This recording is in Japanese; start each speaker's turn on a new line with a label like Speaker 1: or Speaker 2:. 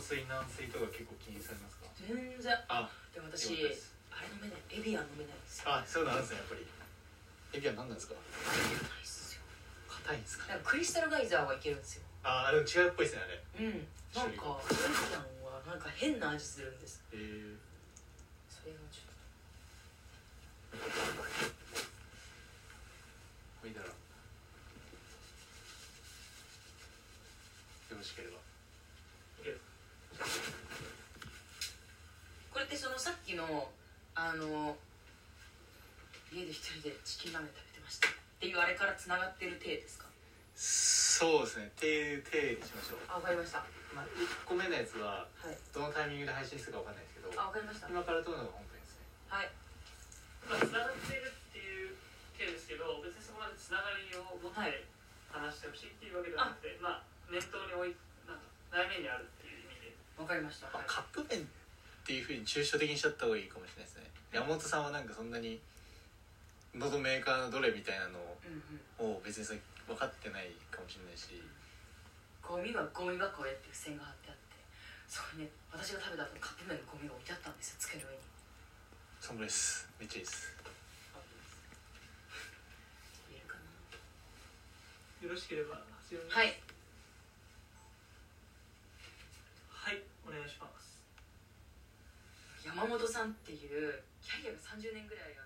Speaker 1: 水軟水とか結構気にされますか
Speaker 2: 全然
Speaker 1: あ
Speaker 2: でも私
Speaker 1: 了解です
Speaker 2: あれ飲めないエビアン飲めないんですよ
Speaker 1: あそうなんですねやっぱりエビは何なんですか
Speaker 2: 飲めないっすよ
Speaker 1: 硬いんですか
Speaker 2: だからクリスタルガイザーはいけるんですよ
Speaker 1: ああでも違うっぽいですねあれ
Speaker 2: うんなんかエビアンはなんか変な味するんです
Speaker 1: えー
Speaker 2: それがちょっ
Speaker 1: 見たらよろしければ
Speaker 2: とこれってそのさっきのあの家で一人でチキンラーメン食べてましたっていうあれからつながってる体ですか
Speaker 1: そうですねっていう体にしましょう、
Speaker 2: あわかりましたは
Speaker 1: まあ、1個目のやつはいどのタイミングで配信するかわかんないですけど
Speaker 2: あわかりましたはい
Speaker 1: 今から撮るのが本編ですね
Speaker 3: まあ、つながってるっていう件ですけど別にそこまでつながりを持って話してほしいっていうわけではなくて、まあ念頭に置いなんか内面にあるっていう意味で
Speaker 2: わかりました
Speaker 1: まあカップ麺っていうふうに抽象的にしちゃった方がいいかもしれないですね山本さんはなんかそんなに喉メーカーのどれみたいなの
Speaker 2: うんうん
Speaker 1: を別にそれ分かってないかもしれないし
Speaker 2: ゴミはゴミ箱へっていう線が張ってあってそこにね私が食べた後カップ麺のゴミが置いてあったんですよ机の上に
Speaker 1: そんぐらいですめっちゃいいです
Speaker 2: 言えるかな
Speaker 3: よろしければ始めます
Speaker 2: はい
Speaker 3: はいお願いします
Speaker 2: 山本さんっていうキャリアが30年ぐらいある